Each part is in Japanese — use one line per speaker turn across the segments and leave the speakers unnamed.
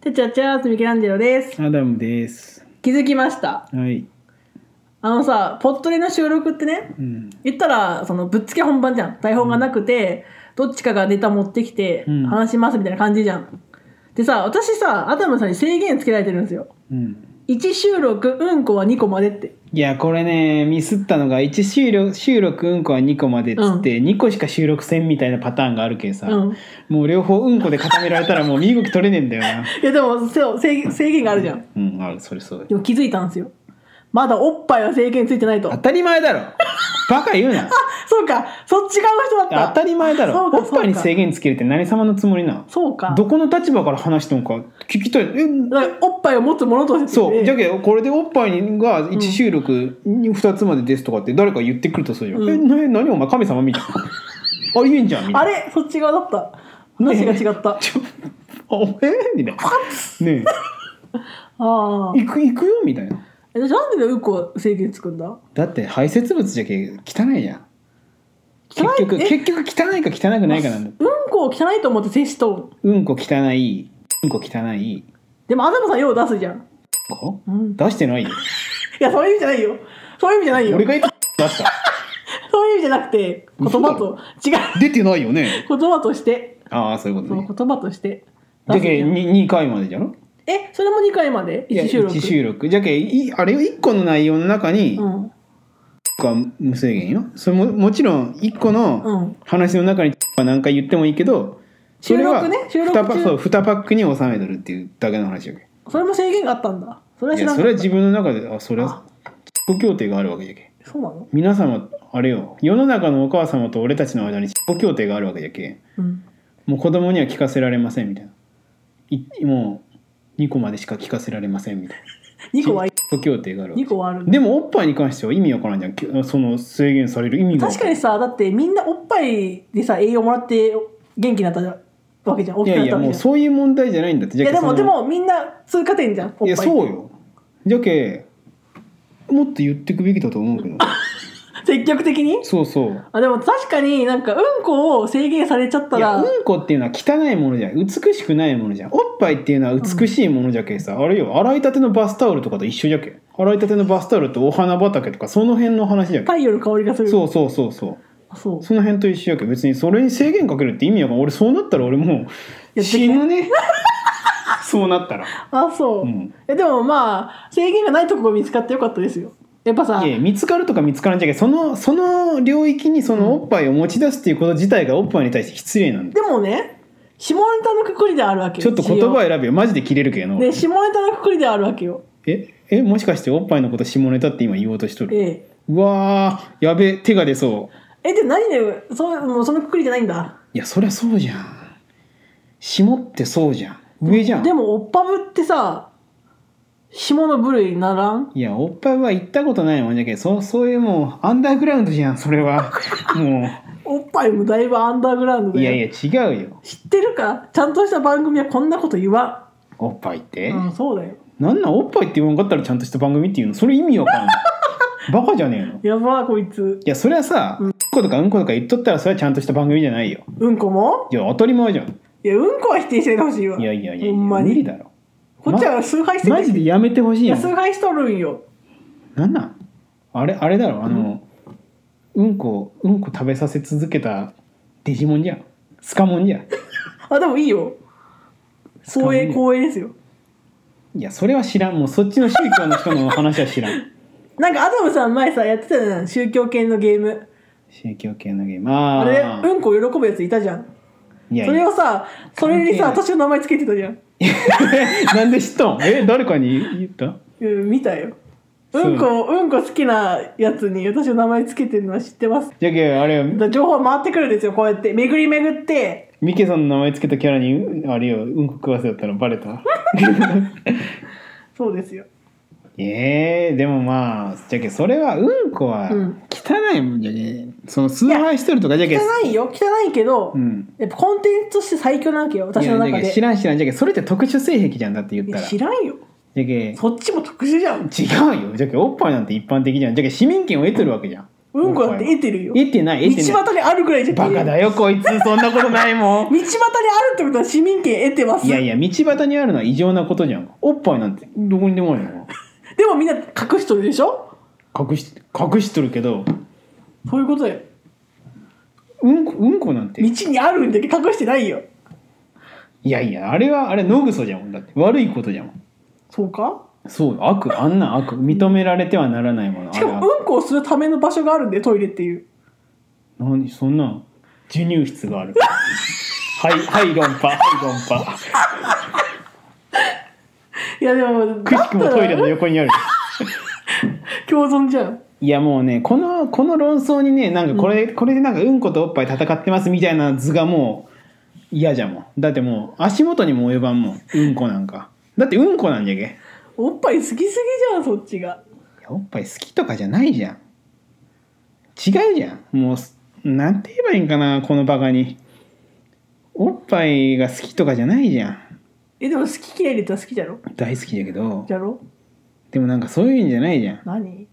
てちゃちゃーとミケランジェロです。
アダムです。
気づきました。
はい。
あのさ、ポットレの収録ってね、
うん。
言ったら、その、ぶっつけ本番じゃん。台本がなくて、どっちかがネタ持ってきて
うん、
話しますみたいな感じじゃん。でさ、私さ、アダムさんに制限つけられてるんですよ。
うん。
1収録、うんこは2個までって。
いや、これね、ミスったのが、1収録、収録うんこは2個までっつって、2個しか収録せんみたいなパターンがあるけさ、
うん。
もう両方うんこで固められたらもう身動き取れねえんだよな。
いや、でも、そう制限制限があるじゃん。
うん、ある、それそう
でも気づいたんですよ。まだおっぱいは制限ついてないと
当。たり前だろバカ言うな
そうか、そっち側の人だった。
当たり前だろ
そうか
おっぱいに制限つけるって何様のつもりな
そうか。
どこの立場から話してもか聞きたいえ
だからおっぱいを持つものとして。
そうじゃけどこれでおっぱいが1収録2つまでですとかって誰か言ってくるとするよ、
うん
えな何お前神様みたい なありえんじゃんみたいな
あれそっち側だった。話が違った。
ちょあおえみたいなね
ああ
え。行く行くよみたいな
えじゃあなんでうんこ制限つくんだ
だって排泄物じゃけ汚いじゃん結
汚い
局
え
結局汚いか汚くないかなんだ
うんこを汚いと思って接しとる。
うんこ汚いうんこ汚い
でも、アダムさんよう出すじゃん。
うんこ
うん。
出してないよ
いや、そういう意味じゃないよ。そういう意味じゃないよ
俺。がいつ出した
そういう意味じゃなくて、言葉と、違う。
出てないよね
言葉として。
ああそういうこ
そ
と
の
ね
言葉として。
じゃけ
出すじゃん
2, 二回までじゃろ
え、それも2回まで
いや
?1 収録。
一収録じゃけいあれよ1個の内容の中に
う
1
ん。
個は無制限よそれももちろん1個の
うん。
話の中には何回言ってもいいけどそ
収
れは
録ね。収録
2パそう
中。
2パックに収めとるっていうだけの話やけ
それも制限があったんだ。それはい知
や
らんか
そ
っ
れは
た。
自分の中であそれは自己協定があるわけじゃけ
そうなの
皆様あれよ世の中のお母様と俺たちの間に自己協定があるわけじゃけ
うん。
もう子供には聞かせられませんみたいないもう2個までしか聞かせられませんみたいな
2個は、
自己協定があるわけ
2個はあるんだ
でもおっぱいに関しては意味わからんじゃんきその制限される意味が
確かにさだってみんなおっぱいでさ栄養もらって元気になったわけじゃん大
い
きく
や
なっ
い
た
や
わけ
もう
じゃ
そういう問題じゃないんだって
んいやで
そ
も
の
でもみんな通過点じゃんおっぱい
いやそうよじゃけもっと言ってくべきだと思うけど
積極的に
そうそう
あでも確かになんかうんこを制限されちゃった
いや
ら
うんこっていうのは汚いものじゃん美しくないものじゃんおっぱいっていうのは美しいものじゃけさ、あれよ洗いたてのバスタオルとかと一緒じゃけ洗いたてのバスタオルとお花畑とかその辺の話じゃけ
太陽の香りがする
そうそうそうそう
あそう
その辺と一緒やけど別にそれに制限かけるって意味やからん俺そうなったら俺もう
やってけ
死ぬね そうなったら
あそう、
うん
えでもまあ制限がないとこが見つかってよかったですよやっぱさ
いや見つかるとか見つからんじゃけどそのその領域にそのおっぱいを持ち出すっていうこと自体がおっぱいに対して失礼なんだよ
でもね下ネタのくくりであるわけよ
ちょっと言葉選べよマジで切れるけどな
一応で
俺
下ネタのくくりであるわけよ
ええもしかしておっぱいのこと下ネタって今言おうとしとる
ええ
うわーやべえ手が出そう
えで何でそうもうそのくくりじゃないんだ
いやそりゃそうじゃん下ってそうじゃん上じゃん
でもおっぱぶってさ下の部類にならん
いや、おっぱいは行ったことないもんじゃけそう、そういうもう、アンダーグラウンドじゃん、それ は。も
おっぱいもだいぶアンダーグラウンド
う、い
だよ
やいや、違うよ。
知ってるかちゃんとした番組はこんなこと言わ
おっぱいって。
んうんそうだよ
なんなん、おっぱいって言わんかったらちゃんとした番組っていうのそれ意味わからん。 バカじゃねえの。い
やばこいつ
や、それはさ、うんことかうんことか言っとったら、それはちゃんとした番組じゃないよ。
うんこも
いや、当たり前じゃん。
いやうんこは否定してほしいわ
いやいやいやいや、
ほんま
無理
に
だろ。
こっちは崇拝して
マジでやめてほし
い
いよ
や。崇拝しとるんよ
なんなんあれ、あれだろ、あの、うん、こ、うんこ食べさせ続けたデジモンじゃん。スカモンじゃん。
あでもいいよ光栄
使
光栄ですよ
いや、それは知らん。もうそっちの宗教の人の話は知ら ん。
なんかアダムさん前さやってたじゃん宗教系のゲーム
宗教系のゲーム。
あ
ああ。
れうんこ喜ぶやついたじゃん
いや
そ
い
れ
や。
をさそれにさ
関係ない
私の名前つけてたじゃん
なんで知っとんえ、誰かに言った
うん、見たよ。
そう
うんこ、うんこ好きなやつに私の名前つけてるのは知ってます。
じゃけ、あれ
だ
よ
から情報回ってくるんですよ、こうやって。巡り巡って。
ミケさんの名前つけたキャラに、うんあれよ、うんこ食わせだったらバレ た。
そうですよ。
ええでもまあ、じゃけ、それは、うんこは
うん
汚いもんじゃけ。その、崇拝しとるとかじゃけ。
汚いよ、汚いけど、
うん。
やっぱコンテンツとして最強なわけよ、私
いや
の
じゃ
中
け
で。
知らん知らん。じゃけ、それって特殊性癖じゃんだって言っ
い
た
や
ら。
知
じ
らんよ。
ゃけ、
そっちも特殊じゃん。
違うよ。じゃけ、おっぱいなんて一般的じゃん。じゃけ、市民権を得てるわけじゃん。
うんこだって得てるよ。
得てない得て
道
ない
端にあるぐらいじゃん
バカだよこいつそんなことないもん
道端にあるってことは市民権得てます
いやいや道端にあるのは異常なことじゃんおっぱいなんてどこにでもあるよ
でもみんな隠しとるでしょ
隠し隠しとるけど
そういうことだよ
うんこうんこなんて
道にあるんだけど隠してないよ
いやいやあれはあれ野草じゃもんだって悪いことじゃもん
そうか
そう悪あんな悪認められてはならないものあ
し
れ
か
は
もうんこをするための場所があるんでトイレっていう
何そんな授乳室が あるはいはい論破はい論破
いやでも
くしくもトイレの
だっ
横にある
たら共存じゃん
いやもうねこのこの論争にねなんかこれ、これでなんかうんことおっぱい戦ってますみたいな図がもう嫌じゃもんだってもう足元にも及ばんもんうんこなんかだってうんこなんじゃけい
おっぱい好きすぎじゃんそっちが
やおっぱい好きとかじゃないじゃん違うじゃんもうなんて言えばいいんかなこのバカにおっぱいが好きとかじゃないじゃん
えでも好き嫌いで言ったら好きじゃろ
大好きだけど
じゃろ
でもなんかそういうんじゃないじゃん
何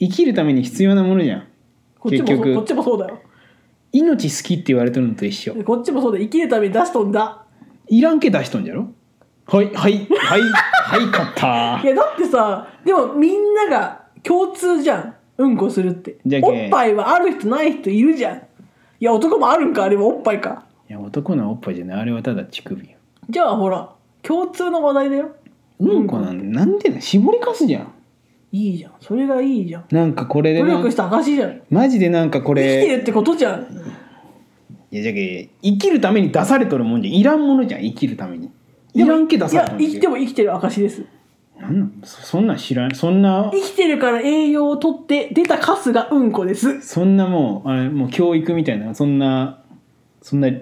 生きるために必要なものじゃん
こっちもそ
結
う
局
こっちもそうだよ
命好きって言われてるのと一緒
こっちもそうだ生きるために出しとんだ
いらんけ出しとんじゃろはいはい はいはい勝った
いやだってさでもみんなが共通じゃんうんこするって
じゃけ
おっぱいはある人ない人いるじゃんいや男もあるんかあれはおっぱいか
いや男のおっぱいじゃないあれはただ乳首よ
じゃあほら共通の話題だよ
うんこなんてなんでだ絞りかすじゃん
いいじゃんそれがいいじゃん
なんかこれで
努
な
力した証じゃん
マジでなんかこ
生きて
れ
るってことじゃん
いやじゃけ生きるために出されとるもんじゃんいらんものじゃん生きるためにい
でも
らんけ出
い
され
や
とるもん
生
じ
き
ゃ
ても生きてる証です
なんなんそそんなん知らんそんな
生きてるから栄養をとって出たカスがうんこです
そんなもうあれもう教育みたいなそんなそんなリ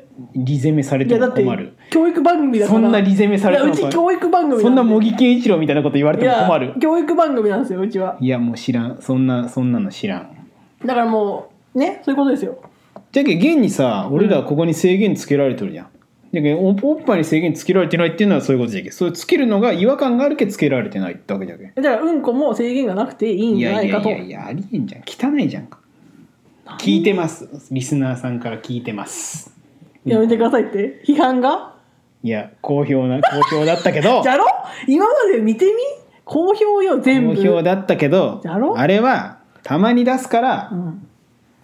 攻めされ
い
て
やだ
も
って
困る
教育番組だから
そんなリゼメされて
いや
も
う
困る
ち教育番組なんで
そんな茂木健一郎みたいなこと言われ
い
ても
や
困る
教育番組なんですようちはい
やもう知らんそんなそんなの知らん
だからもうねそういうことですよ
じゃけ現にさ俺らここに制限つけられてるじゃん、じゃけおおっぱいに制限つけられてないっていうのはそういうことじゃけそれつけるのが違和感があるけつけられてないってわけじゃけ
だからうんこも制限がなくていいん
い
じゃ
や
ないい
や
か
い
と
やいやありえんじゃん汚いじゃんか聞いてますリスナーさんから聞いてます
やめてくださいって批判が
いや好評な好評だったけ ど
じゃろ今まで見てみ好評よ全
好
部
評だったけど
じゃろ
あれはたまに出すから、
うん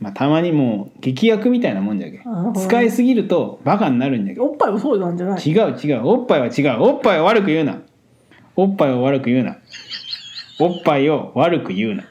まあ、たまにもう劇薬みたいなもんじゃけ
なるほどね
使いすぎるとバカになるんじゃけ
おっぱいもそうなんじゃない
違う違うおっぱいは違うおっぱいを悪く言うなおっぱいを悪く言うなおっぱいを悪く言うな